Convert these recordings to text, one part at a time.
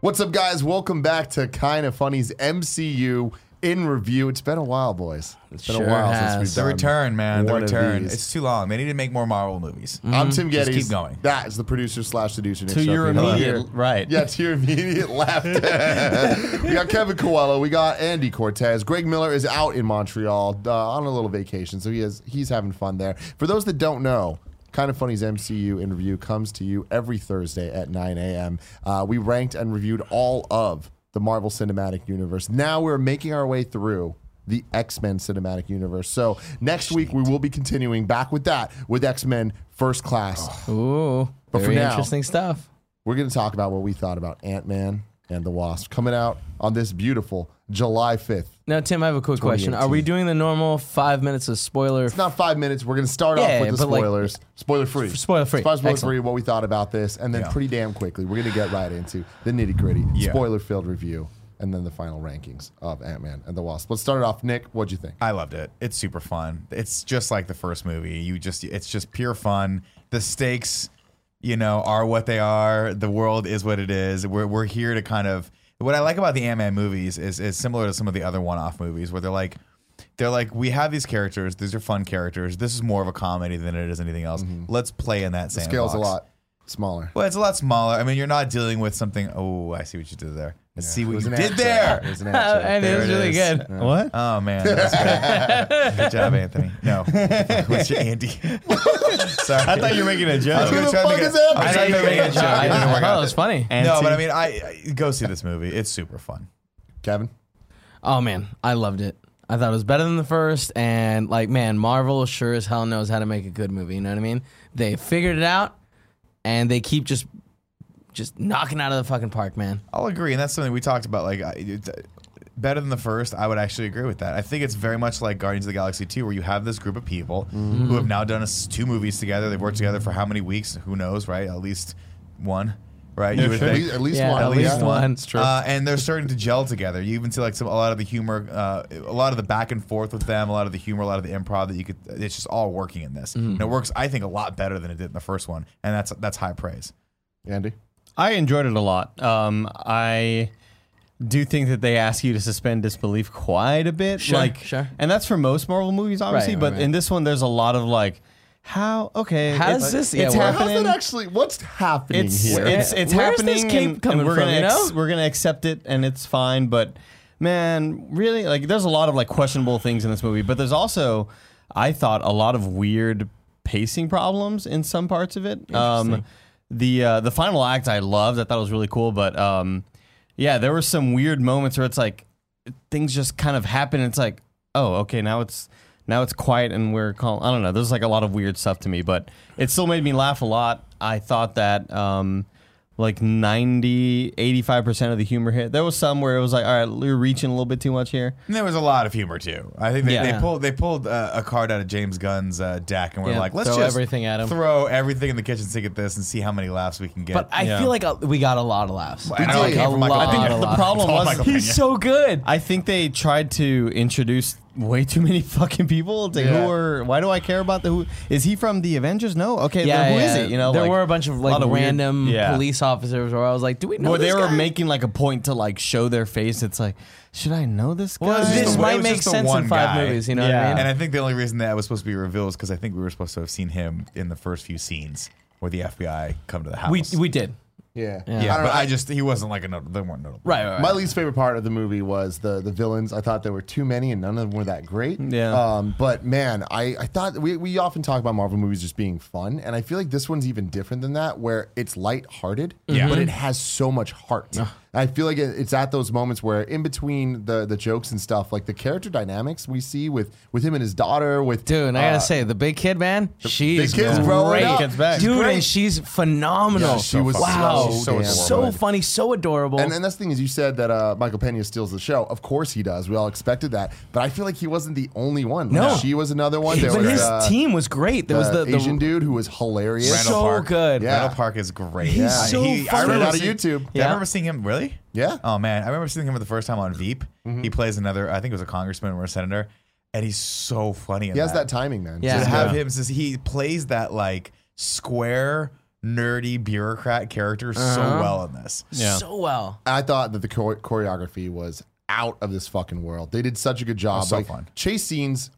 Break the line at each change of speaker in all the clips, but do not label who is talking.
What's up, guys? Welcome back to Kinda Funny's MCU in review. It's been a while, boys. It's been
Sure
a while
has.
since we've
It's
done
The return, man. The
one of
return.
these.
It's too long. They need to make more Marvel movies.
I'm Tim Geddes.
Just keep going.
That is the producer slash seducer. Nick
To your
Sharpie. Hello.
immediate right.
Yeah, to your immediate left. we got Kevin Coelho. We got Andy Cortez. Greg Miller is out in Montreal uh, on a little vacation, so he is he's having fun there. For those that don't know. Kind of Funny's MCU interview comes to you every Thursday at 9 a.m. Uh, we ranked and reviewed all of the Marvel Cinematic Universe. Now we're making our way through the X Men Cinematic Universe. So next week we will be continuing back with that with X Men First Class.
Ooh.
But for
very
now-
interesting stuff.
We're going to talk about what we thought about Ant Man and the Wasp coming out on this beautiful July 5th.
Now, Tim, I have a quick question. Are we
2018.
doing the normal five minutes of spoiler?
It's not five minutes. We're going to start off
Yeah,
with the
but, like,
spoilers. spoiler free.
spoiler free.
Spoiler
Excellent.
free, what we thought about this. And then
Yeah.
pretty damn quickly, we're going to get right into the nitty gritty,
Yeah.
spoiler filled review, and then the final rankings of Ant Man and the Wasp. Let's start it off. Nick, what'd you think?
I loved it. It's super fun. It's just like the first movie. You just it's just pure fun. The stakes, you know, are what they are. The world is what it is. We're we're here to kind of what I like about the Ant Man movies is is similar to some of the other one off movies where they're like they're like we have these characters. These are fun characters. This is more of a comedy than it is anything else. Let's play in that same
Mm-hmm. Scale's a lot smaller.
Well, it's a lot smaller. I mean, you're not dealing with something. Oh, I see what you did there. I see
It
what
was
you
an
did
ad
there.
joke. It was an
Oh,
ad
and
joke.
it
There
was
it
really
is.
good.
What?
Oh man, that's good. good job, Anthony. No, what's your Andy? Sorry,
I thought you were making a
I was
joke.
Who
gonna
the
try to
fuck is
make a-
that?
I was trying to make a joke.
I,
It didn't
I
work
thought it
out.
was funny.
No, but I mean, I, I go see this movie. It's super fun.
Kevin?
Oh man, I loved it. I thought it was better than the first, and like, man, Marvel sure as hell knows how to make a good movie. You know what I mean? They figured it out, and they keep just, just knocking out of the fucking park, man.
I'll agree, and that's something we talked about. Like, I, it's, uh, better than the first, I would actually agree with that. I think it's very much like Guardians of the Galaxy Two, where you have this group of people
Mm-hmm.
who have now done us two movies together. They've worked together for how many weeks? Who knows, right? At least one, right? You would
At
think.
least, at least
Yeah,
one.
at least
yeah.
one.
It's true.
Uh, and they're starting to gel together. You even see like some a lot of the humor, uh, a lot of the back and forth with them, a lot of the humor, a lot of the improv that you could. It's just all working in this,
Mm-hmm.
and it works. I think a lot better than it did in the first one, and that's that's high praise.
Andy?
I enjoyed it a lot. Um, I do think that they ask you to suspend disbelief quite a bit.
Sure,
like,
sure.
And that's for most Marvel movies, obviously.
right,
but
right.
in this one, there's a lot of like, how? Okay,
How
it's-
does this-
It's
yeah, well-
How's
happening.
that actually? What's happening
it's
here?
it's it's
Where's this
happening.
cape
and,
coming
and we're
from,
gonna
you
ex-
know?
we're gonna accept it, and it's fine. But man, really, like there's a lot of like questionable things in this movie, but there's also, I thought, a lot of weird pacing problems in some parts of it. Um, the uh, the final act I loved. I thought it was really cool, but um, yeah, there were some weird moments where it's like things just kind of happen. And it's like, oh, okay, now it's now it's quiet and we're calm. I don't know. There's like a lot of weird stuff to me, but it still made me laugh a lot. I thought that um, like 90, 85 percent of the humor hit. There was some where it was like, all right, we're reaching a little bit too much here.
And there was a lot of humor too. I think they,
Yeah.
they pulled they pulled uh, a card out of James Gunn's uh, deck, and we're
Yeah.
like, let's
Throw
just
everything at 'em.
throw everything in the kitchen sink at this, and see how many laughs we can get.
But I
Yeah.
feel like uh we got a lot of laughs.
And I
did.
came from
A
Michael
lot
Pena.
of
The
laughs.
problem
It's all
was
Michael
He's
Pena.
so good.
I think they tried to introduce way too many fucking people to
Yeah.
who are why do I care about the who is he from the Avengers? No. Okay,
yeah,
then who is
yeah.
it? You know,
there
like,
were a bunch of like
lot of weird-
random
Yeah.
police officers where I was like, "Do we know?"
Well, they
this
were
guy?
making like a point to like show their face. It's like, should I know this guy?
Well, it's
This
just the- it
might
was
make
just the
sense in
one
five
guy.
movies. You know
Yeah.
what I mean?
And I think the only reason that was supposed to be revealed is because I think we were supposed to have seen him in the first few scenes where the FBI come to the house.
we we did.
yeah.
yeah,
I don't
but
know.
I just he wasn't like a notable. They weren't notable.
Right, right, right.
My least favorite part of the movie was the the villains. I thought there were too many and none of them were that great.
Yeah.
Um, but man, I, I thought we, we often talk about Marvel movies just being fun, and I feel like this one's even different than that, where it's lighthearted,
Yeah.
but it has so much heart. I feel like it, it's at those moments where in between the the jokes and stuff, like the character dynamics we see with with him and his daughter, with
Dude, and I gotta
uh,
say, the big kid, man, she's
kid's growing
great.
up.
Kids back.
Dude,
Great.
and she's
Yeah,
phenomenal.
she was
wow,
so
so,
damn good.
funny, so adorable.
And, and that's the thing is, you said that uh, Michael Pena steals the show. Of course he does. We all expected that. But I feel like he wasn't the only one. Like,
No.
she was another one. There
but
was,
his
uh,
team was great. There was
the,
the, the
uh, Asian dude who was hilarious.
so
Randall Park.
good.
Yeah.
Randall Park is great.
He's
I-
so funny.
I remember
Straight
seeing-
outta YouTube.
Yeah.
Yeah.
I remember seeing him. Really?
Yeah. Mm-hmm.
Oh man, I remember seeing him for the first time on Veep. He plays another. I think it was a congressman or a senator, and he's so funny. In
He has that
that
timing, man.
Yeah.
to have
Yeah.
him since he plays that like square nerdy bureaucrat character so
Uh-huh.
well in this.
Yeah.
so well.
I thought that the chore- choreography was out of this fucking world. They did such a good job.
Oh, so fun.
Chase scenes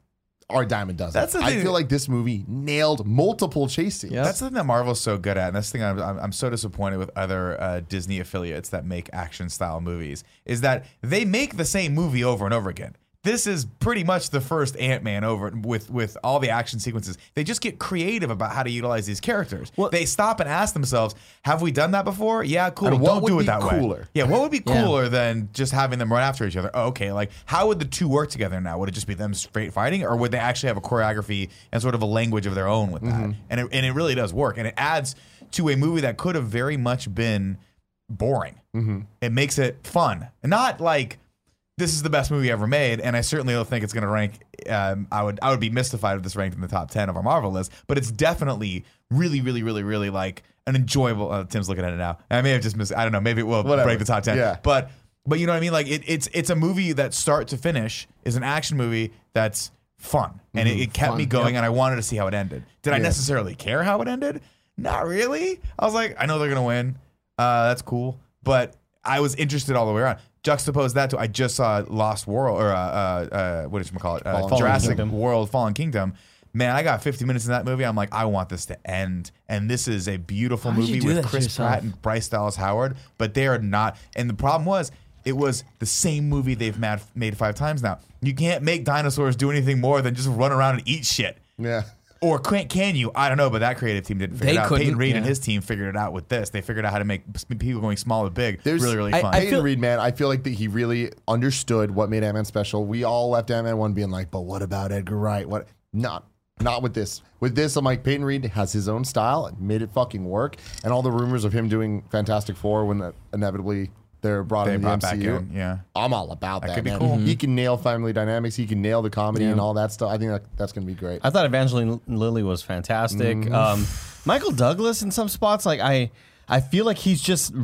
are a dime a dozen.
That's the
I
thing.
feel like this movie nailed multiple chase scenes.
Yeah.
That's the thing that Marvel's so good at, and that's the thing I'm, I'm, I'm so disappointed with other uh, Disney affiliates that make action style movies is that they make the same movie over and over again. This is pretty much the first Ant Man over with with all the action sequences. They just get creative about how to utilize these characters. they stop and ask themselves, "Have we done that before? Yeah, cool.
And what
Don't do
would
it
be
that way."
cooler?
Yeah, what would be
Yeah.
cooler than just having them run after each other? Oh, okay, like how would the two work together now? Would it just be them straight fighting, or would they actually have a choreography and sort of a language of their own with that? And it, and it really does work, and it adds to a movie that could have very much been boring. It makes it fun, and not like this is the best movie ever made, and I certainly don't think it's going to rank. Um, I would I would be mystified if this ranked in the top ten of our Marvel list, but it's definitely really, really, really, really like an enjoyable. Uh, Tim's looking at it now. I may have just missed. I don't know. Maybe it will
Whatever.
break the top ten.
Yeah.
But but you know what I mean? Like it, it's it's a movie that start to finish is an action movie that's fun, and it, it kept me
Fun,
going,
yep.
and I wanted to see how it ended. Did I necessarily care how it ended? Not really. I was like, I know they're gonna win. Uh, that's cool, but I was interested all the way around. Juxtapose that to I just saw Lost World or uh, uh, uh, what did you call it? Uh,
Fallen
Jurassic
Kingdom.
World Fallen Kingdom. Man, I got 50 minutes in that movie. I'm like, I want this to end. And this is a beautiful
How did you
movie
do
with
that to
Chris
yourself?
Pratt and Bryce Dallas Howard, but they are not. And the problem was, it was the same movie they've mad, made five times now. You can't make dinosaurs do anything more than just run around and eat shit.
Yeah.
Or can, can you? I don't know, but that creative team didn't figure
They
it out. Peyton
couldn't,
Reed and
yeah.
his team figured it out with this. They figured out how to make s- people going small to big
There's-
really, really
I-
fun.
I
Peyton
feel-
Reed, man, I feel like that he really understood what made Ant Man special. We all left Ant Man one being like, but what about Edgar Wright? What not not with this. With this, I'm like, Peyton Reed has his own style and made it fucking work. And all the rumors of him doing Fantastic Four when inevitably they're brought
they
into
brought
the
back
MCU.
in. Yeah.
I'm all about that.
could be
man.
cool.
He can nail family dynamics. He can nail the comedy and all that stuff. I think that, that's gonna be great.
I thought Evangeline Lilly was fantastic.
Mm-hmm.
Um, Michael Douglas in some spots, like I, I feel like he's just r-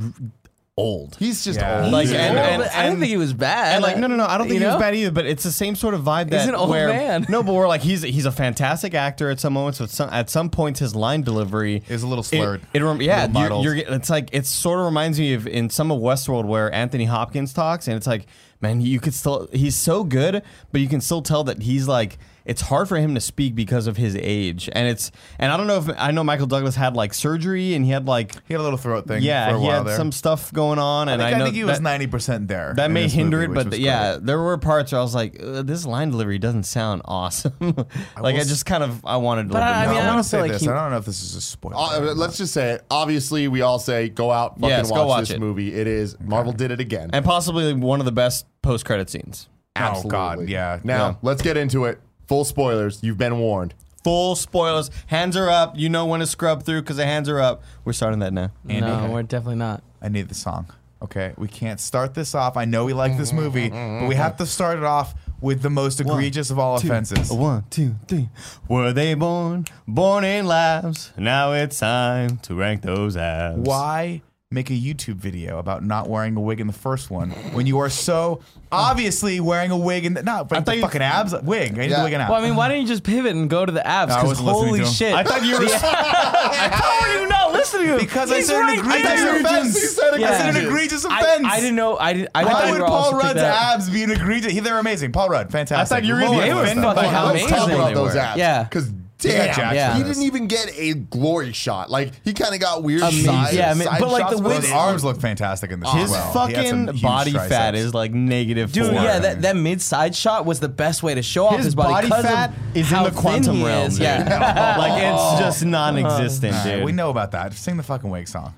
old.
He's just
Yeah.
old.
Like,
He's
and-
old.
and-
I didn't think he was bad.
And like, no, no, no. I don't
You
think he was
know?
bad either. But it's the same sort of vibe that
He's an old
where,
man.
No, but we're like he's he's a fantastic actor at some moments, but some, at some points his line delivery
Is a little slurred.
It, it rem- yeah,
Little muddled.
you're, you're, it's like it sort of reminds me of in some of Westworld where Anthony Hopkins talks, and it's like, man, you could still he's so good, but you can still tell that he's like it's hard for him to speak because of his age, and it's and I don't know if I know Michael Douglas had like surgery and he had like.
He had a little throat thing for
Yeah,
a
he
while
had
there.
some stuff going on,
I
and
think,
I know
I think he was
that-
90% there.
that
in
may
this
hinder
movie,
it,
which
but
was
th- yeah,
great.
there were parts where I was like, uh, this line delivery doesn't sound awesome. like I
will
just kind of I wanted a little
But
bit
I
more.
mean,
I,
I
want
don't
to say
feel like
this.
he-
I don't know if this is a spoiler.
Uh, let's just say it. Obviously, we all say go out, fucking
Yes,
watch,
go watch
this
it.
movie. It is Marvel did it again.
and possibly one of the best post credit scenes.
oh God, yeah.
Now
Yeah.
let's get into it. Full spoilers. You've been warned.
Full spoilers. Hands are up. You know when to scrub through because the hands are up. We're starting that now.
Andy,
no, we're definitely not.
I need the song. Okay, we can't start this off. I know we like this movie, but we have to start it off with the most egregious of all
Two.
offenses.
One, two, three. Were they born? Born in labs. Now it's time to rank those abs.
Why make a YouTube video about not wearing a wig in the first one when you are so obviously wearing a wig and not but
thought
the
you-
fucking abs wig? I need the
Yeah.
wig and abs.
Well, I mean, why didn't you just pivot and go to the abs?
Uh, I
Because
wasn't listening
holy
to him.
shit!
I thought you were.
How are you not listening to him?
because I
He's
said
right
an egregious
there.
offense.
He said
I said an
egregious.
egregious
I-
offense.
I, didn't know. I, did, I thought
Why
they
would
were all
Paul
supposed to
Rudd's
pick that up.
abs be an egregious? He- They're amazing. Paul Rudd, fantastic.
you were gonna
Lower
be
with
offended
them.
by how
Let's talk
amazing
about
they
those
were.
abs.
Yeah.
Because
got
damn,
jacked
Yeah.
he
for this.
didn't even get a glory shot. Like he kind of got weird
Amazing.
side,
Yeah, I mean,
side
but, like,
shots,
the
but
way
His
his
they-
arms.
arms look fantastic in this.
His
as well. He had some
fucking
huge
body
triceps.
fat is like negative
Dude,
four.
yeah, that, that mid side shot was the best way to show off his,
his,
body.
body
'cause of
fat is in
how
the
thin
quantum
he
realm.
is.
dude.
Yeah.
like it's just non-existent,
All right,
dude.
we know about that. Sing the fucking wig song.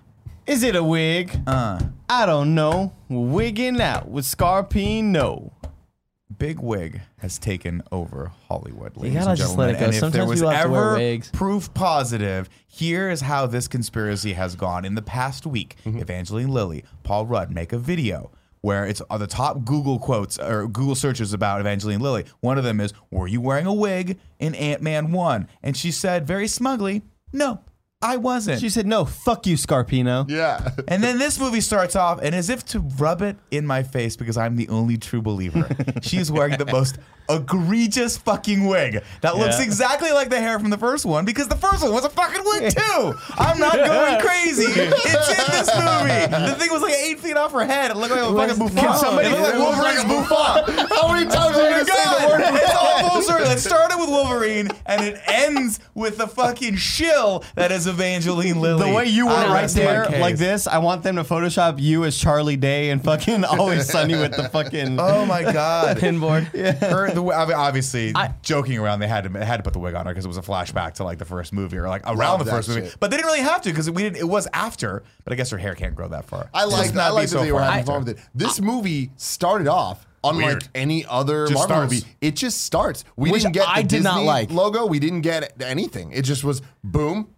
Is it a wig?
Uh,
I don't know. Wigging out with Scarpino.
Big Wig has taken over Hollywood, ladies
gotta
and
just
gentlemen.
let it go.
And if there
Sometimes
was
people have to wear
ever
wigs.
proof positive, here is how this conspiracy has gone in the past week.
Mm-hmm.
Evangeline Lilly, Paul Rudd make a video where it's are the top Google quotes or Google searches about Evangeline Lilly. One of them is, "Were you wearing a wig in Ant Man One?" And she said very smugly, "No, I wasn't.
She said, "No, fuck you, Scarpino."
Yeah.
And then this movie starts off, and as if to rub it in my face because I'm the only true believer, she's wearing the most egregious fucking wig that looks
Yeah.
exactly like the hair from the first one because the first one was a fucking wig too. I'm not going crazy. It's in this movie. The thing was like eight feet off her head. It looked like a fucking buffon.
Can somebody-
it looked like Wolverine's buffon.
How many times are you gonna say the
Oh my God.
word?
It's all full circle. It started with Wolverine and it ends with the fucking shill that is Evangeline Lilly.
The way you were
I
right
rest my
there,
case.
like this, I want them to Photoshop you as Charlie Day and fucking Always Sunny with the fucking.
Oh my god!
Pinboard.
Her, the, I mean, obviously,
I-
joking around, they had to they had to put the wig on her because it was a flashback to like the first movie or like around
Love
the
that
first movie.
shit.
But they didn't really have to because we didn't. It was after, but I guess her hair can't grow that far.
I
It must
like
not
I
be
like that
so
they were
far
having
after.
fun with it. This movie started off unlike
Weird.
any other
Just
Marvel
starts.
movie. It just starts. We
Which
didn't get the
I did not
Disney
like.
logo. We didn't get anything. It just was boom.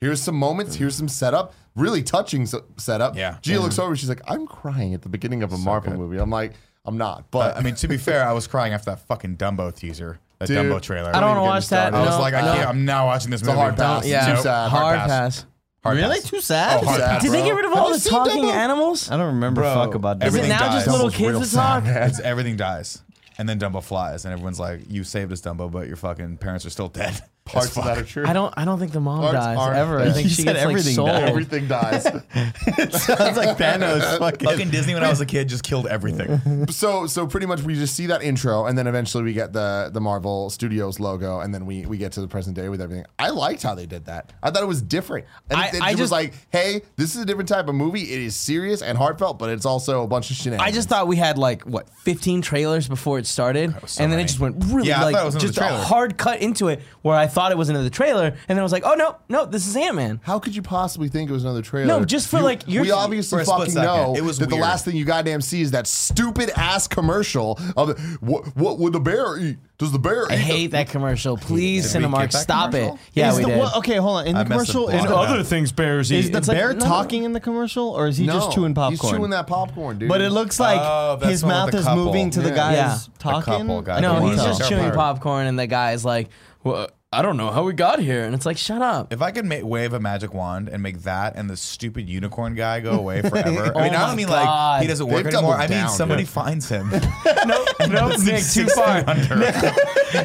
Here's some moments. Here's some setup. Really touching s- setup.
Mm. Yeah. Mm.
Gia looks over. She's like, I'm crying at the beginning of a Marvel
good.
movie. I'm like, I'm not.
Uh,
But
I mean, to be fair, I was crying after that fucking Dumbo teaser, that
Dude,
Dumbo trailer.
I don't want to
even getting
watch that.
started.
I was
no,
like, I
no.
can't. I'm not watching this movie.
a hard pass.
Yeah.
Too sad.
Hard, pass.
Hard
really?
pass.
Too sad?
Oh, hard pass.
Did they
bro.
get rid of
Have
all
you
the
seen
talking
Dumbo?
animals?
I don't remember fuck about
Is
everything
it now
dies.
just little
Dumbo's
kids that talk?
It's everything dies, and then Dumbo flies, and everyone's like, "You saved us, Dumbo, but your fucking parents are still dead."
Parts
As
of
fuck.
that are true.
I don't. I don't think the mom
Parts
dies
aren't
ever. I
there.
think
You
she
said
gets like
everything
sold.
died.
Everything dies.
Sounds like Thanos.
Fucking
Fucking.
Disney when I was a kid just killed everything.
so so pretty much we just see that intro and then eventually we get the the Marvel Studios logo and then we we get to the present day with everything. I liked how they did that. I thought it was different. And
I-
it, it
I
was
just-
like, hey, this is a different type of movie. It is serious and heartfelt, but it's also a bunch of shenanigans.
I just thought we had like what 15 trailers before it started,
so
and then
many.
it just went really
Yeah, I
like
thought it was another
just
trailer.
a hard cut into it where I thought it was another trailer, and then I was like, oh no, no, this is Ant Man.
how could you possibly think it was another trailer?
No, just for,
You-
like, your-
we
for
obviously
a split
fucking
second.
know
It was
that the
weird.
last thing you goddamn see is that stupid ass commercial of what what would the bear eat? Does the bear
I
eat? the-
hate that commercial. Please,
Did we
Cinemark,
get that
stop
commercial?
it. Yeah,
is
we
the,
did.
what- okay, hold on. In the
I messed
commercial,
up a
is,
lot.
the-
things bears
is the
It's like,
bear
no.
talking in the commercial, or is he just
No,
chewing popcorn?
He's chewing that popcorn, dude.
But it looks like
Oh, that's
his
the one
mouth
with the
is
couple.
moving to the
Yeah.
guy
Yeah.
who's talking.
couple guy.
I
I
No,
can't
don't
he's
wanna
just
tell.
chewing
Part.
popcorn, and the guy's like, well, I don't know how we got here, and it's like, shut up.
If I could ma- wave a magic wand and make that and the stupid unicorn guy go away forever, I mean, I
Oh
don't
my
mean like
God.
he doesn't
They've
work anymore.
doubled
I mean,
down,
somebody
dude.
finds him.
no, no, Nick, too far.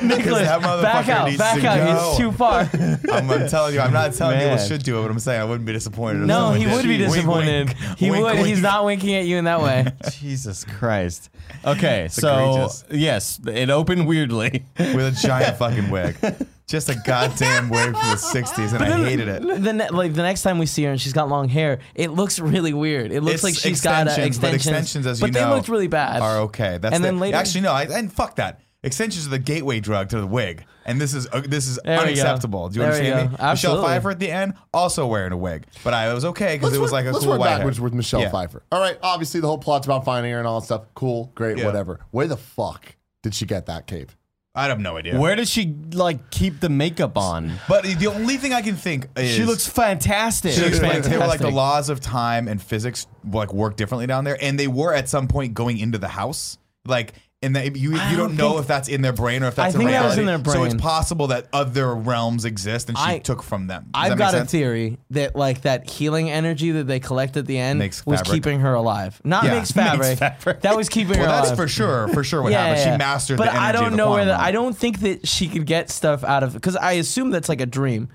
Nicholas,
that
back
motherfucker
out,
needs
back
to
out. He's
go.
too far.
I'm, I'm telling you, I'm not telling people
Man.
should do it, but I'm saying I wouldn't be disappointed. If
No,
someone
he
did.
would be
Wink,
disappointed.
wink.
He
Wink,
would.
wink.
He's not winking at you in that way.
Jesus Christ. Okay, so
egregious.
yes, it opened weirdly.
with a giant fucking wig, just a goddamn wig from the '60s, and I hated it.
The ne- like the next time we see her and she's got long hair, it looks really weird. It looks
It's
like she's got uh,
extensions, but
extensions.
extensions, as you
but
know,
they looked really bad.
are okay. That's
and
the-
then later,
actually no, I, and fuck that. Extensions are the gateway drug to the wig, and this is uh, this is
There we go.
unacceptable. Do you
There we
understand
go.
me? Michelle
Absolutely.
Pfeiffer at the end also wearing a wig, but I was okay because
Let's
it was
work-
like a
let's
cool
work
white hair.
backwards with Michelle
Yeah.
Pfeiffer. All right, obviously the whole plot's about finding her and all that stuff. Cool, great,
Yeah.
whatever. Where the fuck did she get that cape?
I have no idea.
Where does she like keep the makeup on?
But the only thing I can think is
She looks fantastic.
She looks
fantastic.
fantastic. like the laws of time and physics like work differently down there, and they were at some point going into the house, like. And that you, you don't
don't
know
think-
if that's in their brain or if that's
I think
a
that was
reality.
in their
So it's
brain.
possible that other realms exist, and she
I-
took from them. Does that
I've
make
got a
sense?
theory that like that healing energy that they collect at the end
Makes
was
fabric.
keeping her alive. Not
Yeah.
mixed fabric.
Mixed fabric.
That was keeping her
Well,
alive.
that's for sure, for sure what happened. She mastered
but
the energy
I don't
of the
know where
quantum
that.
realm.
I don't think that she could get stuff out of because I assume that's like a dream.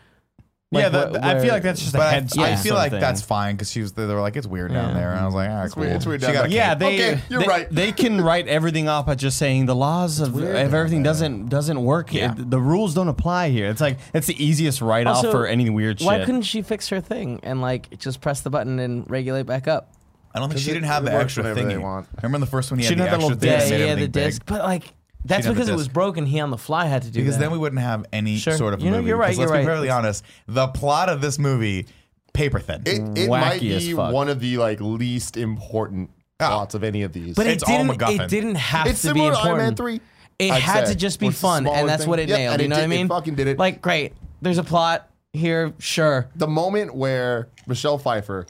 yeah,
Like,
the,
where-
I
where-
feel like that's just a
But I,
head.
I
Yeah.
feel like that's fine because she was. They were like, "It's weird down there," and I was like, "All right, cool."
weird- it's weird
She
down there.
got a
yeah.
cape.
They,
Okay, you're
they-
right.
They can write everything off by just saying the laws of, of everything doesn't doesn't work.
Yeah.
It- the rules don't apply here. It's like it's the easiest write off
Also,
for any weird
Why
shit.
couldn't she fix her thing and like just press the button and regulate back up?
I don't think she
it-
didn't have
it
the
works
extra
whenever
thing.
they want.
Remember in the first one, he
She
had the
didn't have
extra
that little
disc.
disc.
that made
yeah, the
everything big.
disc. But like that's
didn't have the
because it was
disc.
broken. He on the fly had to do
because
that.
then we wouldn't have any
Sure.
sort of
You know,
movie.
you're right,
Because Let's
you're
be
right.
perfectly honest. The plot of this movie, paper thin.
It, it
Wacky
might
as
be
fuck.
one of the like least important
Ah.
plots of any of these.
but it
it's all
didn't.
MacGuffin.
It didn't have
it's
to be
similar to
important.
Iron Man three.
It
I'd
had
say,
to just be
where it's a
fun,
smaller
and that's
thing.
what it
Yep,
nailed.
and
You know
did,
what I mean?
It fucking did it.
Like great. There's a plot here. Sure.
the moment where Michelle Pfeiffer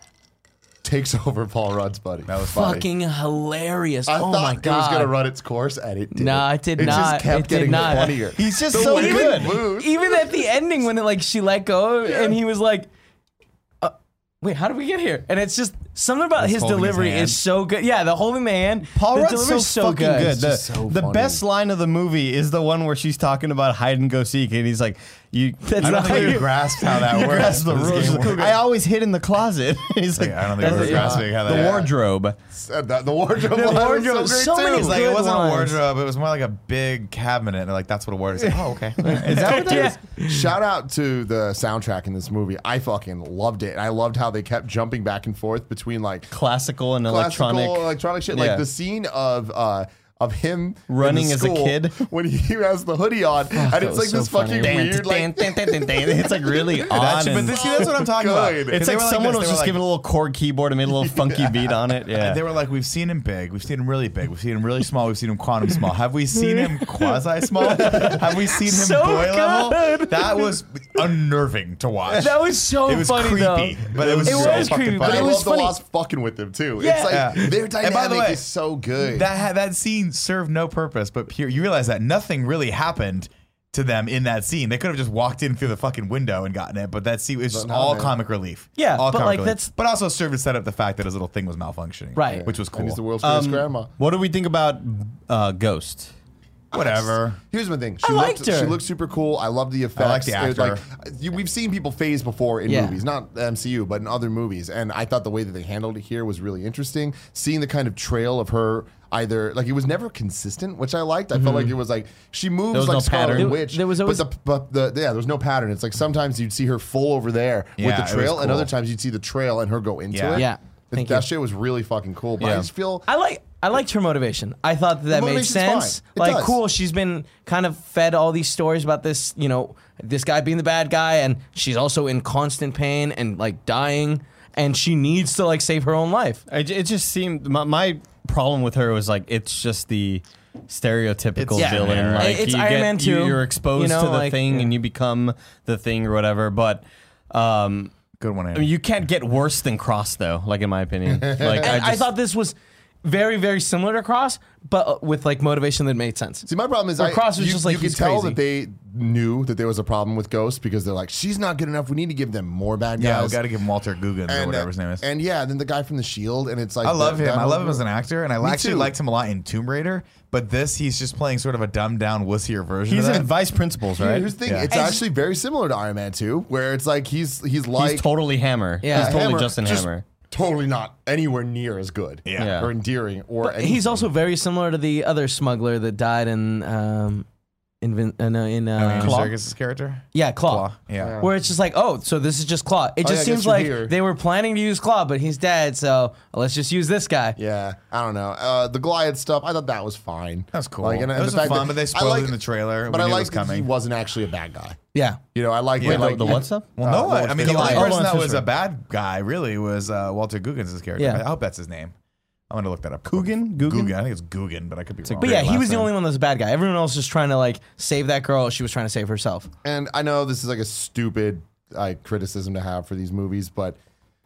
takes over Paul Rudd's buddy. That
was funny.
Fucking hilarious.
I thought
oh my
it was
god.
gonna run its course, and it did.
Nah, it did
it
not.
just kept
It did
getting
not.
funnier.
He's just
The
so
way it
good.
moves.
Even at the ending when it like she let go and he was like wait, how did we get here? And it's just something about his
holding his
delivery
hand.
is so good. Yeah, the holding the hand.
Paul
the
Rudd's so,
delivery's
fucking good.
It's
The,
just so
the
funny.
best line of the movie is the one where she's talking about hide and go seek, and he's like, "You,
That's
I don't
not
think
you-
you grasped how that works.
grasp the
This
rules.
game works.
I always hid in the closet." he's like,
I don't think we were
it.
grasping how that
"The wardrobe."
Said that- the wardrobe.
The
line was
wardrobe is
great
so many
It's like it
Good
wasn't a
lines.
wardrobe. It was more like a big cabinet. And they're like, that's what a wardrobe is. Like, oh, okay.
Is that what that
Yeah.
is?
Shout out to the soundtrack in this movie. I fucking loved it. And I loved how they kept jumping back and forth between like
Classical and
classical uh,
electronic.
electronic, shit.
Yeah.
Like the scene of uh of him in
Running
the
as a
school
kid.
when he has the hoodie on, and it's
was
like
so
this
funny.
fucking
Dun,
weird
dun,
like.
dun, dun, dun, dun. It's like really odd.
That should- but
and-
this, see, that's what I'm talking
Good.
about.
It's
'Cause
it's
they
like
were
someone
this,
was
they were
just
like-
giving a little chord keyboard and made a little funky beat on it. Yeah,
They were like, we've seen him big, we've seen him really big, we've seen him really small, we've seen him quantum small. Have we seen him quasi small? Have we seen him
So
boy level?
good.
That was unnerving to watch.
That was so
it was
funny
creepy,
though.
but it was
It
so
was
fucking
creepy, but
But
funny.
I
it was
love the
funny.
wasp fucking with him too.
Yeah.
It's like
Yeah.
their
And by the
dynamic
way,
is so good.
that ha- that scene served no purpose but pure. You realize that nothing really happened to them in that scene. They could have just walked in through the fucking window and gotten it, but that scene was just
no,
all
man.
comic relief.
Yeah,
all
but,
comic
like,
relief.
that's-
but also served to set up the fact that his little thing was malfunctioning,
Right.
Which was cool.
And he's the world's greatest grandma.
what do we think about uh, Ghost?
Whatever.
Here's my thing. She
liked
looked,
her.
She looked super cool. I love the effects.
I like the
It-
actor.
you, we've seen people phase before in
Yeah.
movies, not the MCU, but in other movies. And I thought the way that they handled it here was really interesting. Seeing the kind of trail of her either like it was never consistent, which I liked. I
Mm-hmm.
felt like it was like she moves
was
like
no
Scarlet
pattern. There-
Witch.
there was always-
but the, but the yeah, there was no pattern. It's like sometimes you'd see her full over there
Yeah,
with
it
the
was
trail, and
cool.
other times you'd see the trail and her go into
Yeah.
it.
Yeah.
It,
Thank
that
you.
shit was really fucking cool. But I
Yeah.
just feel
I like I liked her motivation. I thought that, that
The
made
motivation's
sense.
fine. It
Like,
does.
cool, she's been kind of fed all these stories about this, you know, this guy being the bad guy, and she's also in constant pain and like dying, and she needs to like save her own life.
I ju- it just seemed my, my problem with her was like it's just the stereotypical
It's- Yeah.
villain.
Yeah.
Like
It's
you
Iron
get-
Man
you-
2,
You're exposed
you know,
to the
like-
thing
yeah.
and you become the thing or whatever. But um,
Good one. Andy.
I mean, you can't get worse than Cross though. Like in my opinion, like I,
And I,
just,
thought this was very very similar to Cross, but uh, with like motivation that made sense.
See, my problem is
Where
I,
Cross was
you,
just like,
you could
"He's
tell
crazy."
that they knew that there was a problem with Ghost because they're like, she's not good enough. We need to give them more bad
yeah, we
guys.
got to give him Walter Goggins or
and, uh,
whatever his name is.
And yeah, then the guy from the Shield, and it's like
I love
that-
him.
that
I love
whole
him as an
group.
actor, and I
Me
actually
too.
liked him a lot in Tomb Raider. But this, he's just playing sort of a dumbed down, wussier version.
he's
of that.
in Vice Principals, right?
Here's the thing:
Yeah.
it's
And-
actually very similar to Iron Man 2, where it's like he's he's like
he's totally Hammer.
Yeah.
he's totally
Hammer,
Justin
just
Hammer.
totally not anywhere near as good,
Yeah.
Yeah.
or endearing, or
But he's
anything.
also very similar to the other smuggler that died in um, in Vin- uh, no, in
I mean,
uh,
Claw?
Serkis's character.
yeah Claw.
Claw. Yeah.
Where it's just like, oh, so this is just Claw. It
Oh, yeah,
just
I guess
seems
you're
like
here.
they were planning to use Claw, but he's dead, so let's just use this guy.
Yeah, I don't know. Uh, the Goliath stuff, I thought that was fine.
That's cool.
and
It
the
was
fact
fun,
that-
but they
I
spoiled
like-
it in the trailer.
But
We
I
knew it
like
was
that he
coming.
wasn't actually a bad guy.
Yeah.
You know, I like
Wait,
that,
the-
like,
the
you-
what's up?
Well, no,
Uh,
I, I mean, the
Lawrence
only
Fishburne.
person
Lawrence
that was
Fishburne.
a bad guy really was uh, Walter Goggins' character.
Yeah.
I hope that's his name. I'm gonna look that up.
Guggen? Guggen?
Guggen. I think it's Guggen, but I could be wrong.
But yeah, he
Last
was the
name.
only one that was a bad guy. Everyone else was trying to like save that girl. She was trying to save herself.
and I know this is like a stupid like criticism to have for these movies, but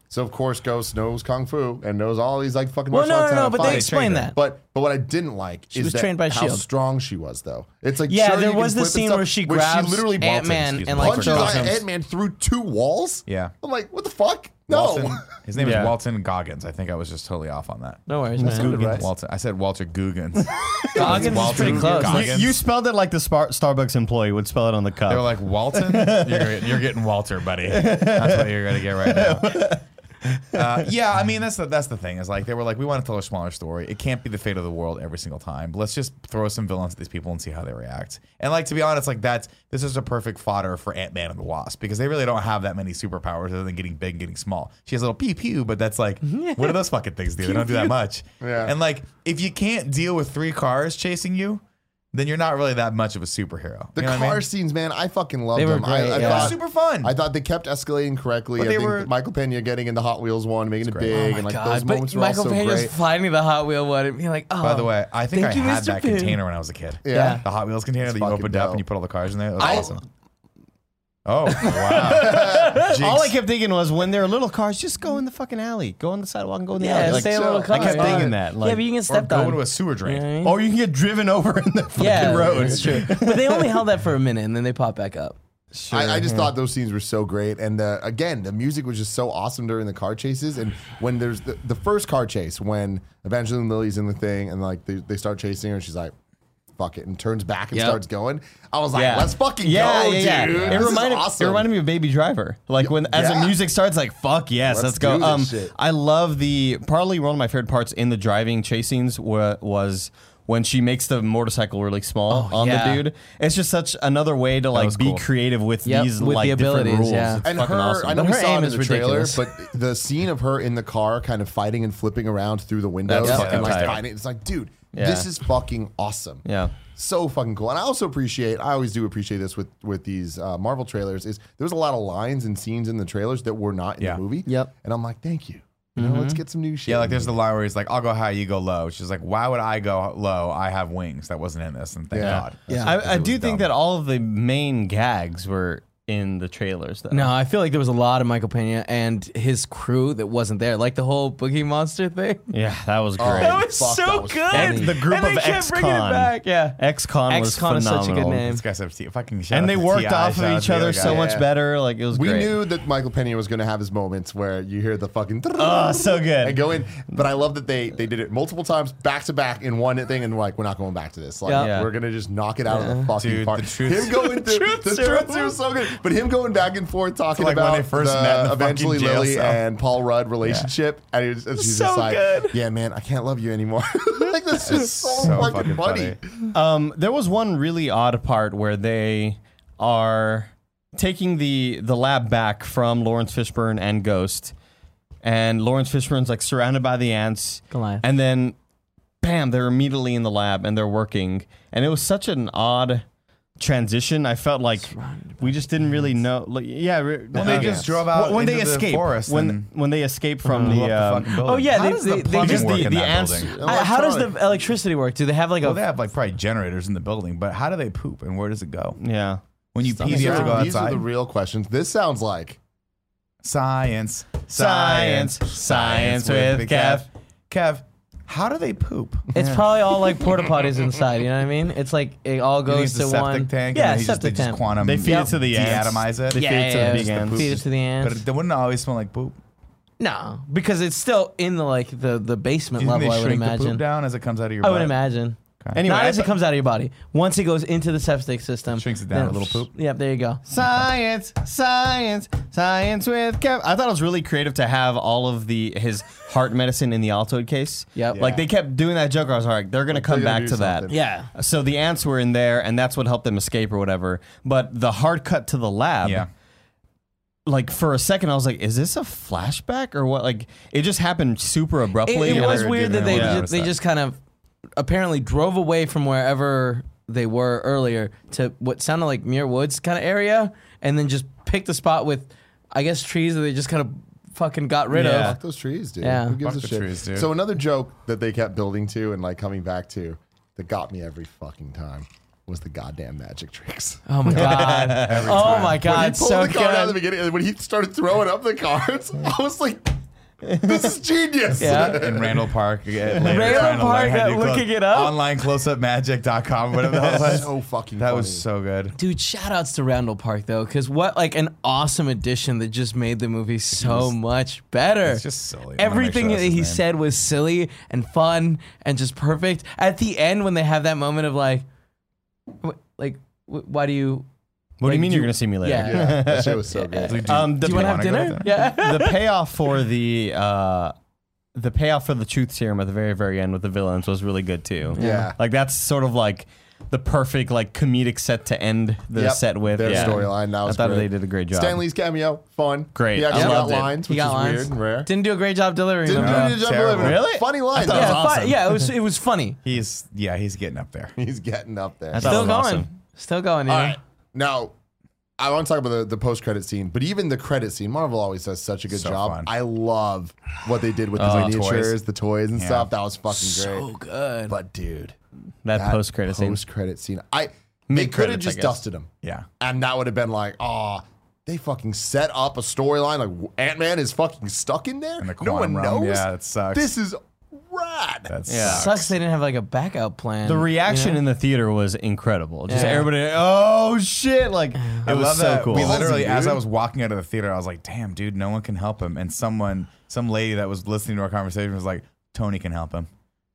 so of course Ghost knows kung fu and knows all these like fucking
Well,
martial
no,
arts
no,
how
no,
to
but they
fight.
explained that.
But but what I didn't like is
was
that
trained by
how
S.H.I.E.L.D..
strong she was though. It's like
E Yeah,
sure,
there
you can
was the
flip and
scene
stuff,
where she
where
grabs
she literally bolted,
Ant-Man
excuse
and,
me,
like,
punches
throws him.
Ant Man through two walls.
Yeah.
I'm like, what the fuck?
Walton,
No,
his name
Yeah.
is Walton Goggins. I think I was just totally off on that.
No worries, man.
Goggins. Right.
Walton. I said Walter Goggins.
Goggins is
Walter
pretty close.
Goggins.
You, you spelled it like the Spar- Starbucks employee would spell it on the cup.
They were like Walton. You're, you're getting Walter, buddy. That's what you're gonna get right now. Uh, yeah, I mean that's the that's the thing is like they were like we want to tell a smaller story. It can't be the fate of the world every single time. Let's just throw some villains at these people and see how they react. And like to be honest, like that's this is a perfect fodder for Ant Man and the Wasp because they really don't have that many superpowers other than getting big, and getting small. She has a little pew pew, but that's like what do those fucking things do? They don't do that much.
Yeah.
And like if you can't deal with three cars chasing you, then you're not really that much of a superhero.
the
You know what I
car
mean?
scenes, man, I fucking love
They were
them. I,
great,
I
yeah.
It was
thought-
super fun.
I thought they kept escalating correctly. I
they
think
were-
Michael Pena getting in the Hot Wheels one, making it
great.
big, and
Oh my
like
God,
those moments
but
were
Michael
all so
Pena's
great.
finding the Hot Wheel one and being like, oh.
By the way, I think I
thank you,
had
Mr.
that
Pena.
container when I was a kid.
Yeah.
The Hot Wheels container that you
fucking
opened up
dope.
and you put all the cars in there. That was
I-
awesome. Oh, wow. Jinx.
All I kept thinking was when there are little cars, just go in the fucking alley, go on the sidewalk and go in the
Yeah,
alley.
stay a
so-
little
I
car.
I kept
Fine.
thinking that.
yeah,
Like,
but you can
or
step
go
down.
into a sewer
You know
drain.
what I mean?
or you can get driven over in the fucking
yeah,
road.
it's true. but they only held that for a minute and then they popped back up.
Sure,
I, I just thought those scenes were so great, and the, again, the music was just so awesome during the car chases. And when there's the, the first car chase, when Evangeline Lilly's in the thing, and like they, they start chasing her, and she's like, "Fuck it," and turns back and
Yep.
starts going. I was like,
Yeah.
"Let's fucking
yeah,
go,
yeah, yeah.
dude!"
It
This is
reminded
awesome.
it reminded me of Baby Driver. Like when as
Yeah.
the music starts, like fuck yes,
Let's
let's, go.
do this
um,
shit.
I love the probably one of my favorite parts in the driving chase scenes wa- was when she makes the motorcycle really small
Oh,
on
yeah.
the dude. It's just such another way to like
was
be
cool.
creative with
Yep,
these
with the
like different
abilities,
rules.
yeah.
It's
and
fucking
her,
awesome.
I know
But
we
her
saw
aim
it in
is
the trailer,
ridiculous.
but the scene of her in the car, kind of fighting and flipping around through the windows,
That's
and
fucking
like
tight.
fighting, it's like, dude,
Yeah.
this is fucking awesome.
yeah.
so fucking cool. And I also appreciate, I always do appreciate this with with these uh, Marvel trailers. Is there was a lot of lines and scenes in the trailers that were not in
Yeah.
the movie.
Yep.
And I'm like, thank you. You know, let's get some new shit.
Yeah, like
in
there's the line where he's like, "I'll go high, you go low." She's like, "Why would I go low? I have wings." That wasn't in this, and thank
Yeah.
God.
Yeah.
I, I
it was
do
dumb.
think that all of the main gags were in the trailers though.
No, I feel like there was a lot of Michael Pena and his crew that wasn't there, like the whole Boogie Monster thing.
Yeah, that was great.
That was Fuck, so that was good.
And
the group of
kept
ex-con.
bringing it back. Yeah,
Ex-con, was
Ex-Con is such a good
phenomenal.
name.
This guy's up to fucking. shout out
And they
to
worked
T.I.,
off
shout out
of
to
each
the
other
other
so
guy.
much
Yeah.
better. Like it was
We
great.
knew that Michael Pena was going to have his moments where you hear the fucking
Oh, so
and
good.
go in. But I love that they they did it multiple times back to back in one thing, and we're like, we're not going back to this. Like,
Yeah.
Yeah.
we're gonna just knock it out of the fucking
Dude,
park.
the truth-
him going through, the truth,
truth serum.
serum was so good. But him going back and forth talking
like when
about
they first
the
met in the fucking
eventually
jail
Lily
cell.
and Paul Rudd relationship, and, he was, and she's just
So
like,
good.
yeah, man, I can't love you anymore. like that's just so,
so
fucking
fucking
funny.
Um, there was one really odd part where they are taking the the lab back from Lawrence Fishburne and Ghost, and Lawrence Fishburne's like surrounded by the ants,
Goliath.
and then bam, they're immediately in the lab and they're working, and it was such an odd transition. I felt like we just didn't really know. Like, yeah, re-
Well, they
uh,
just drove out
when they
into the
escape
forest and
when when they escape from
blew up
the.
the
um,
fucking building.
oh, yeah,
How
they-
does
they-
the
they
plumbing
just-
work
the-
in
the
that
ants-
building?
Uh, how does the
Electronic.
electricity work? Do they have like
Well,
a?
they have like probably generators in the building, but how do they poop and where does it go?
yeah.
When you pee, do
These,
you have to go
are, these are
outside.
the real questions. This sounds like
Science,
Science,
science,
science with
Big Kev, how do they poop?
It's probably all like porta potties inside. You know what I mean? It's like it all
He
goes
needs
to
the septic
one
tank.
Yeah,
and then he just, they
septic
just
tank.
quantum.
They feed
Yep.
it to the ants.
de-atomize it.
They
yeah,
feed it to
yeah,
the
yeah,
big ants.
Feed it to the
But
ants.
it wouldn't it always smell like poop.
no, because it's still in the like the the basement
Isn't
level.
they
I would
shrink the poop
imagine.
down as it comes out of your
I
butt?
would imagine.
Anyway,
Not
I
as it
thought-
comes out of your body. Once it goes into the septic system,
Shrinks it down
then-
a little poop.
Yep, there you go.
Science, science, science with Kev. I thought it was really creative to have all of the his heart medicine in the Altoid case.
Yep.
Like
Yeah.
they kept doing that joke. I was like, they're gonna come
gonna do
back to that.
something.
Yeah.
So the ants were in there, and that's what helped them escape or whatever. But the hard cut to the lab.
Yeah.
Like for a second, I was like, "Is this a flashback or what?" Like it just happened super
It,
abruptly.
it
and
was
I-
did
weird that
that.
they
Yeah.
ju- they just kind of apparently drove away from wherever they were earlier to what sounded like Muir Woods kind of area, and then just picked a spot with, I guess, trees that they just kind of fucking got rid
Yeah.
of.
Fuck those trees, dude.
Yeah.
Who gives
Fuck
a
the
shit?
trees, dude.
So another joke that they kept building to and like coming back to that got me every fucking time was the goddamn magic tricks.
Oh my god! oh my
When
god!
he pulled
So
the card out of the
good.
beginning, and when he started throwing up the cards, I was like, "This is genius."
Yeah.
in Randall Park. yeah, later,
Randall
trying to learn
Park,
how to do
uh,
close-
looking it up?
Onlinecloseupmagic.com, whatever the hell it was.
so fucking.
That
funny.
was so good.
Dude, shout outs to Randall Park though, because what like an awesome addition that just made the movie so much better.
It's just silly. I'm gonna make sure
Everything
that's
that
his
he
name.
said was silly and fun and just perfect. At the end, when they have that moment of like, wh- like, wh- why do you?
what do
like,
you mean
do
you're
you-
gonna see me later?
Yeah.
Yeah, that shit was so good.
Do,
Um, the-
Do you want to have
wanna go
dinner?
there?
Yeah.
the payoff for the uh, the payoff for the truth serum at the very very end with the villains was really good too.
Yeah.
like that's sort of like the perfect like comedic set to end the
Yep.
set with.
Their
yeah.
storyline, that was
I thought
great.
they did a great job.
Stanley's cameo, fun.
Great.
He actually
I
got
loved it.
lines,
He
which
got
is
lines.
weird and rare.
Didn't do a great job delivering
Didn't
them.
do
though.
a good job
Terrible.
delivering it.
Really?
Funny lines.
thought it
yeah,
though.
was
fu-
awesome.
yeah, it was it was funny.
He's yeah, he's getting up there.
He's getting up there.
I thought it
Still
was
going,
awesome.
still going.
All
Ian.
right. Now, I want to talk about the, the post credit scene, but even the credit scene, Marvel always does such a good
So
job.
fun.
I love what they did with
Oh,
the
the toys.
miniatures, the toys and
Yeah.
stuff. That was fucking
so
great.
good.
But dude,
that post credit scene.
Post credit scene. I they
Mid-credits,
could
I
have just
guess.
dusted them.
Yeah.
And that would have been like, ah, they fucking set up a storyline like Ant Man is fucking stuck in there.
In the
no one
quantum realm.
knows.
Yeah, that sucks.
This is rad. god.
That's
Yeah.
Sucks they didn't have like a backup plan.
The reaction in the theater was incredible. Just everybody, oh shit! Like it
I
was
love
so
that.
cool.
We literally,
Ballsy,
as I
dude.
was walking out of the theater, I was like, "Damn, dude, no one can help him." And someone, some lady that was listening to our conversation, was like, "Tony can help him."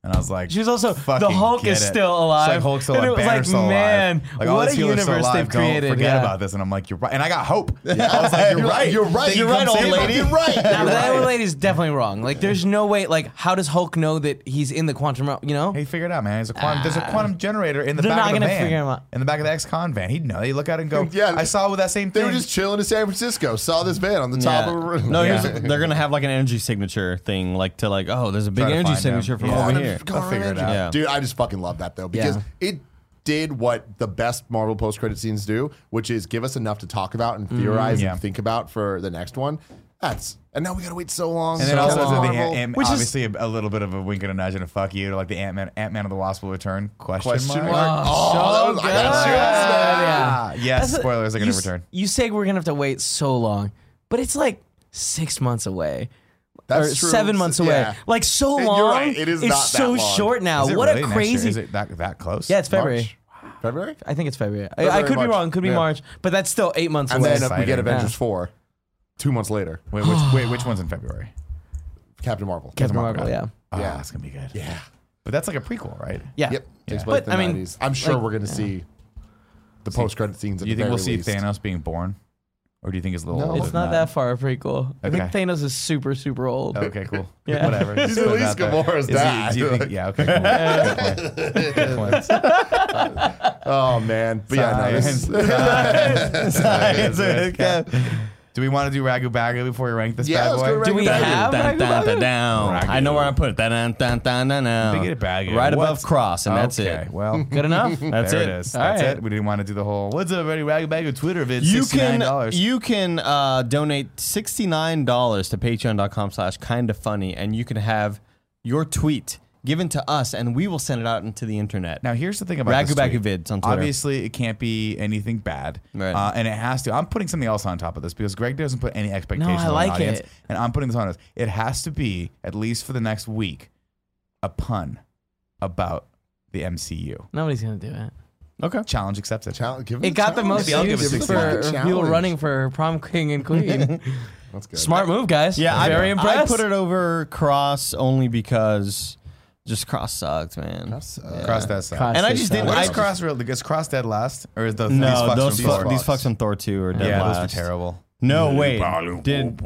And I was like,
She was also- the
"Fucking
Hulk
get
is
it."
still
She's
alive.
Like Hulk's still
And
alive.
it was
Banner's
like,
still alive.
"Man,
like, all
what
these
a
healers are
universe
alive.
they've
Don't
created,"
Forget
yeah.
about this. And I'm like, "You're right." And I got hope. I was like, "You're right.
You're right.
They
You're
come
right, old
save him."
lady. You're right.
Now,
You're
that
right.
old lady's definitely wrong. Like, there's no way. Like, how does Hulk know that he's in the quantum realm? You know?
He figured out, man. He's a quantum. there's
Ah.
a quantum generator in the
They're
back
not
of the
gonna
van.
figure him out.
In the back of the ex-con van. He'd know. He'd look out and go,
Yeah.
"Yeah, I saw with that same thing."
They were just chilling in San Francisco. Saw this van on the top
Yeah.
of a roof.
No,
Yeah.
here's, they're gonna have like an energy signature thing, like to like, oh, there's a big
Try to
energy
find
signature
him.
from
Yeah.
over
Quantum-
here.
quantum
figure it
energy.
out. Yeah.
Dude, I just fucking love that though because it did what the best Marvel post credit scenes do, which is give us enough to talk about and theorize
Yeah.
and think about for the next one. That's and now we gotta wait so long.
And then
so
also
long.
the
Marvel.
Ant, Ant-
Which is-
obviously a, a little bit of a wink and a nudge and a fuck you to like the Ant Man Ant Man of the Wasp will return question,
question mark.
mark.
Oh, that was, I got
good.
chills, man.
Ah, yes,
That's a-
spoilers are
you
gonna
s-
return.
You say we're gonna have to wait so long, but it's like six months away.
That's
or
true.
seven months away.
Yeah.
Like so
And
long.
you're right, it is
it's
not that
so
long.
short now.
Is it
uh, What
really
a
next year?
crazy.
Is it that that close?
yeah, it's February.
March? February.
I think it's February. I- I,
February,
could
March.
be wrong. Could be
Yeah.
March, but that's still eight months
And
away.
then we
Exciting.
get Avengers four. Two months later,
Wait, which, wait, which one's in February?
Captain Marvel.
Captain Marvel, yeah.
Ah,
Yeah.
that's gonna be good.
Yeah.
But that's like a prequel, right?
Yeah.
Yep. Takes place
Yeah.
But,
in the
I mean,
90s. I'm sure
like-
we're gonna see the post credit scenes. At
Do you
the
think we'll
very
see
least.
Thanos being born, or do you think it's a little?
No.
older
It's
than
not that far a prequel. I think
Okay.
Thanos is super, super old.
Oh, Okay, cool.
Yeah.
whatever.
He's
Just
at
put it
least
out there.
Gamora's
Is he-
dad.
do you think- yeah. Okay. Cool. Good point. Good point.
Oh man. But yeah, no, this is-
Science. Science. Do we want to do Ragu Bagu before we rank this
Yeah,
bad
let's
boy?
go Ragu
Do we
Bagu.
have
Dun, dun, dun,
Ragu Bagu?
down. I know where I put it. Dun, dun, dun, dun, dun, dun.
Big it bag.
Right
What?
above cross, and that's
okay,
it.
Well,
Good enough?
That's
there
it.
it is.
All
that's
right.
it. We didn't want to do the whole what's up, everybody? Ragu Bagu Twitter vid.
You
$69.
can you can uh, donate sixty nine dollars to patreon.com slash kinda funny and you can have your tweet given to us and we will send it out into the internet.
Now here's the thing about
Ragu
this
Bagu
tweet.
vids on Twitter.
Obviously, it can't be anything bad,
Right.
uh, and it has to. I'm putting something else on top of this because Greg doesn't put any expectations on
like
the audience,
it.
and I'm putting this on us. It has to be at least for the next week a pun about the MCU.
Nobody's going to do it.
okay.
Challenge accepted.
Challenge- give him
It got the
challenge.
most
Maybe I'll give it
views
six
for
months.
people
Challenge.
running for prom king and queen.
That's good.
Smart move, guys.
Yeah, I,
very impressed.
I put it over cross only because just cross sucked, man.
Cross, uh,
Cross that side.
Cross
And I
this
just
side.
didn't-
What
I
is Cross real? Is Cross dead last, or is the these
No,
fucks
those
from
fu-
Thor?
these fucks from Thor two are dead
Yeah,
last.
those were terrible.
No, wait. Did,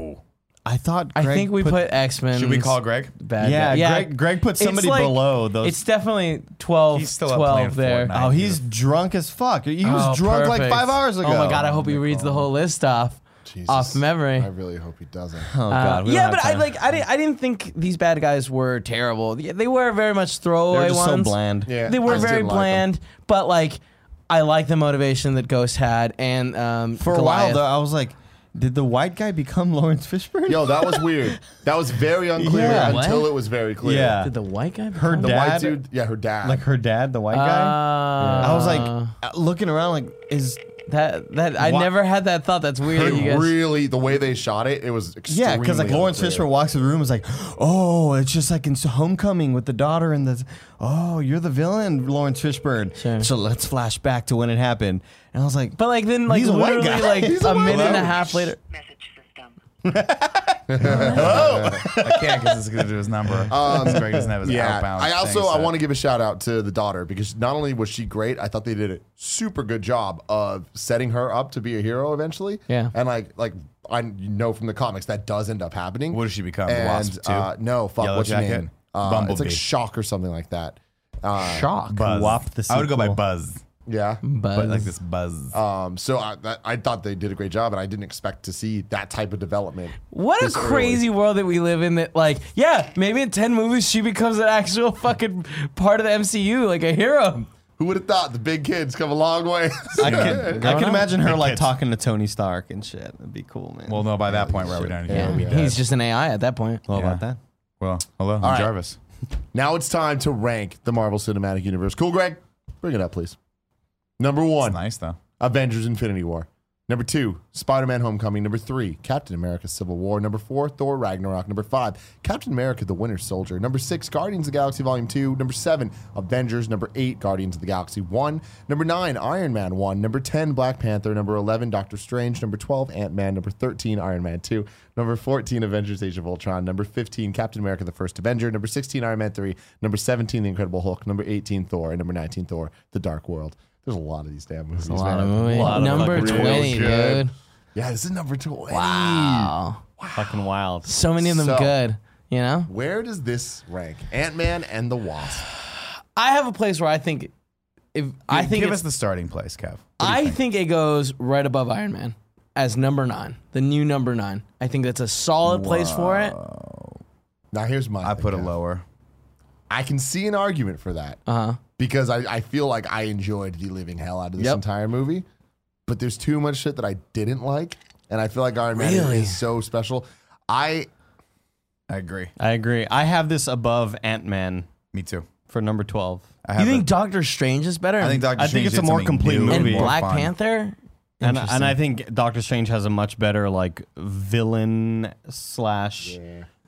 I thought
I
Greg
think we put, X Men.
Should we call Greg?
Bad
Yeah,
guy.
Greg- Greg put
It's
somebody below those-
It's definitely 12,
He's still up
12
playing
there.
Fortnite.
Oh, he's drunk as fuck. He was
Oh,
drunk like
perfect.
five hours ago.
Oh my god, I hope he reads the whole list off
Jesus.
off memory.
I really hope he doesn't.
Oh
Uh,
god. we don't
yeah,
have
but I
time.
like I didn't I didn't think these bad guys were terrible. Yeah, They were very much throwaway
They're just so
ones.
bland.
Yeah,
They
I
were
just
very
didn't like
bland, but like I like the motivation that Ghost had and um
For a
Goliath.
while though, I was like, did the white guy become Lawrence Fishburne?
Yo, that was weird. That was very unclear
Yeah.
until
What?
it was very clear.
Yeah.
Did the white guy
her
become-
The white
dad,
dude, yeah, her dad.
like her dad, the white guy.
Uh,
I was like uh, looking around, like, is
that that I
Wha-
never had that thought. That's weird. that
It
you guys.
really, the way they shot it, it was extremely
yeah, because like Lawrence
unclear.
Fishburne walks in the room, is like, oh, it's just like in Homecoming with the daughter and the, oh, you're the villain, Lawrence Fishburne.
Sure.
So let's flash back to when it happened, and I was like,
but like then like
He's a white
literally
guy.
like
He's a
a
white
minute and a
guy.
half later.
message system.
I can't because it's going to do his number.
Um,
Greg doesn't have his
Yeah,
outbound.
I also
thing,
I
so-
want to give a shout out to the daughter because not only was she great, I thought they did a super good job of setting her up to be a hero eventually.
Yeah.
and like like I know from the comics that does end up happening.
What does she become? The Wasp too?
uh, no, fuck,
Yellow
what's her
Jacket?
name? Uh, It's like
Bumblebee.
Shock or something like that. Uh,
Shock.
Buzz.
Wop the
I would go by
sequel.
Buzz,
yeah.
But
but like this Buzz.
Um, so I, that, I thought they did a great job, and I didn't expect to see that type of development.
What a
this early.
crazy world that we live in that like, yeah, maybe in 10 movies she becomes an actual fucking part of the MCU, like a hero.
Who would have thought the big kids come a long way?
I can, I
Growing
can
up.
imagine her like talking to Tony Stark and shit. That'd be cool, man.
well, no, by that point, Robert Downey Jr. would be dead.
He's just an AI at that point.
What
yeah.
about that?
Well, hello, I'm
right.
Jarvis.
now it's time to rank the Marvel Cinematic Universe. Cool, Greg, bring it up, please. Number one,
Nice though.
Avengers: Infinity War. Number two, Spider Man Homecoming. Number three, Captain America Civil War. Number four, Thor Ragnarok. Number five, Captain America the Winter Soldier. Number six, Guardians of the Galaxy Volume 2. Number seven, Avengers. Number eight, Guardians of the Galaxy 1. Number nine, Iron Man 1. Number 10, Black Panther. Number 11, Doctor Strange. Number 12, Ant Man. Number 13, Iron Man 2. Number 14, Avengers Age of Ultron. Number 15, Captain America the First Avenger. Number 16, Iron Man 3. Number 17, The Incredible Hulk. Number 18, Thor. And number 19, Thor The Dark World. There's a lot of these damn movies.
A lot of
man.
movies.
lot of
Number
fucking
twenty,
real good.
dude.
Yeah, this is number 20.
Ah.
Wow.
Fucking wild.
So many of them
So-
good. You know?
Where does this rank? Ant Man and the Wasp.
I have a place where I think if I think
give
it's-
us the starting place, Kev. What do
I
you
think it goes right above Iron Man as number nine, the new number nine. I think that's a solid place for it.
Now here's my.
I put it
low.
lower.
I can see an argument for that
Uh huh.
because I, I feel like I enjoyed the living hell out of this
Yep.
entire movie, but there's too much shit that I didn't like, and I feel like Iron Man
Really?
is so special. I
I agree.
I agree. I have this above Ant Man
Me too.
for number twelve.
I
You
have
think
it-
Doctor Strange is better?
I think Doctor
I think
Strange
it's a
did
more
something
complete
new
movie.
and
and more
Black
fun.
Panther.
And
Interesting.
and I think Doctor Strange has a much better like villain slash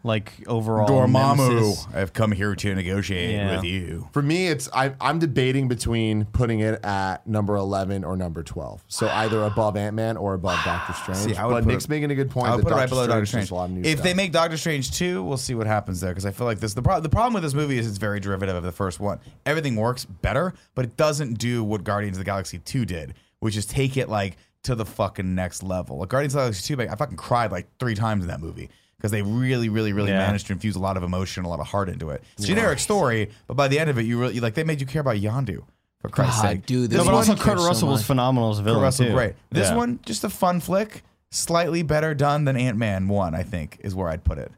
like overall. nemesis.
Dormammu, I've come here to negotiate
Yeah.
with you.
for me it's I, I'm debating between putting it at number eleven or number twelve, so either above Ant Man or above Doctor Strange.
See, I would
but
put
Nick's
it-
making a good point.
I'll
that
put it right below Doctor
does
Strange.
A lot of new
If
stuff.
they make Doctor Strange 2, we'll see what happens there because I feel like this the, pro- the problem with this movie is it's very derivative of the first one. Everything works better, but it doesn't do what Guardians of the Galaxy 2 did, which is take it like to the fucking next level. Like Guardians of the Galaxy 2, like, I fucking cried like 3 times in that movie. Because they really, really, really
Yeah.
managed to infuse a lot of emotion, a lot of heart into it. It's a generic story, but by the end of it, you really like they made you care about Yondu. For Christ's
God,
sake,
dude,
No,
this
but also
one
Kurt
cares so
Russell was
much.
phenomenal as a villain.
Kurt Russell,
too.
right? This
Yeah.
one, just a fun flick, slightly better done than Ant Man one. I think is where I'd put it.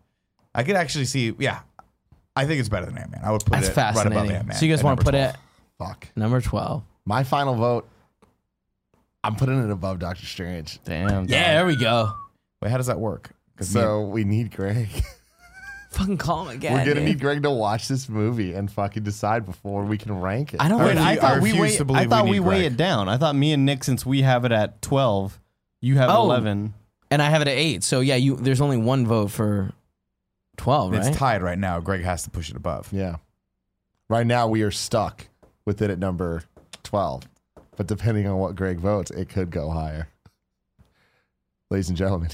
I could actually see, yeah, I think it's better than Ant Man. I would put
That's
it right above
fascinating.
Ant Man.
so you guys want to put it
fuck
number twelve?
my final vote, I'm putting it above Doctor Strange.
Damn.
Yeah, there we go.
Wait, how does that work? 'Cause me-
So we need Greg.
Fucking call him again.
We're gonna
dude.
need Greg to watch this movie and fucking decide before we can rank it.
I don't
Wait,
Wait,
think-
I
you- I
thought we
refuse
weigh,
to believe
I thought
we
we,
need
weigh
Greg.
it down. I thought me and Nick, since we have it at twelve, you have
Oh.
eleven.
and I have it at eight. So yeah, you there's only one vote for twelve,
it's
right?
tied right now. Greg has to push it above.
Yeah. Right now we are stuck with it at number twelve, but depending on what Greg votes, it could go higher. Ladies and gentlemen,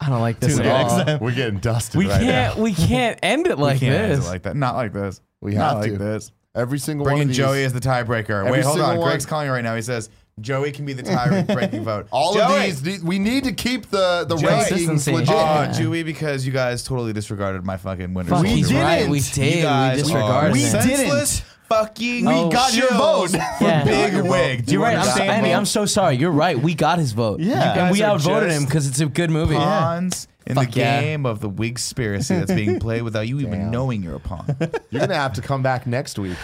I don't like this
Dude,
at all.
exactly.
we're getting dusted
We
right
can't we can't end it
We
like
can't end it
this.
like that. Not like this.
We
Not
have
like
to.
this.
now. Every single
Bring
one
in
of
Joey
these,
as the tiebreaker. Wait,
Every
hold on.
single one-
Greg's calling right now. He says Joey can be the tie-breaking vote.
all of
Joey!
these, these. We need to keep the the
Joey.
rankings
Consistency.
legit.
Oh,
Yeah.
Dewey, because you guys totally disregarded my fucking winner.
Fuck,
We
he's
didn't.
right. We
You
did.
guys
we
are
disregarded
We
it.
did.
Oh, senseless Fucking
We got your
shills
vote.
for
Yeah.
We got
big
your
wig.
vote.
Do
You're
you
right. I'm,
understand?
Andy, I'm so sorry. You're right. We got his vote.
Yeah. You
and we
guys are
outvoted him
just-
because it's a good movie.
Pawns in the
Fuck yeah.
game of the wigspiracy that's being played without you even knowing you're a pawn.
You're gonna have to come back next week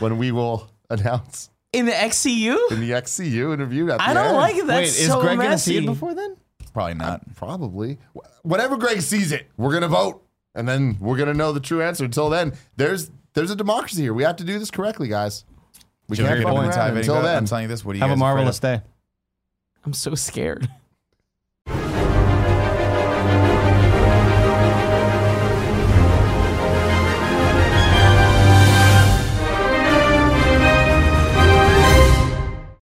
when we will announce
In the XCU,
in the XCU interview. At the
I don't
end.
like it. That's
Wait, is
so
Greg gonna
messy.
see it before then?
Probably not.
Probably. Wh- Whenever Greg sees it, we're gonna vote, and then we're gonna know the true answer. Until then, there's there's a democracy here. We have to do this correctly, guys. We
Joey,
can't
you're gonna
fuck
win
around
tie-breaking
until
vote. I'm
then.
telling you this. What do you
Have a
guys afraid
marvelous
of?
day.
I'm so scared.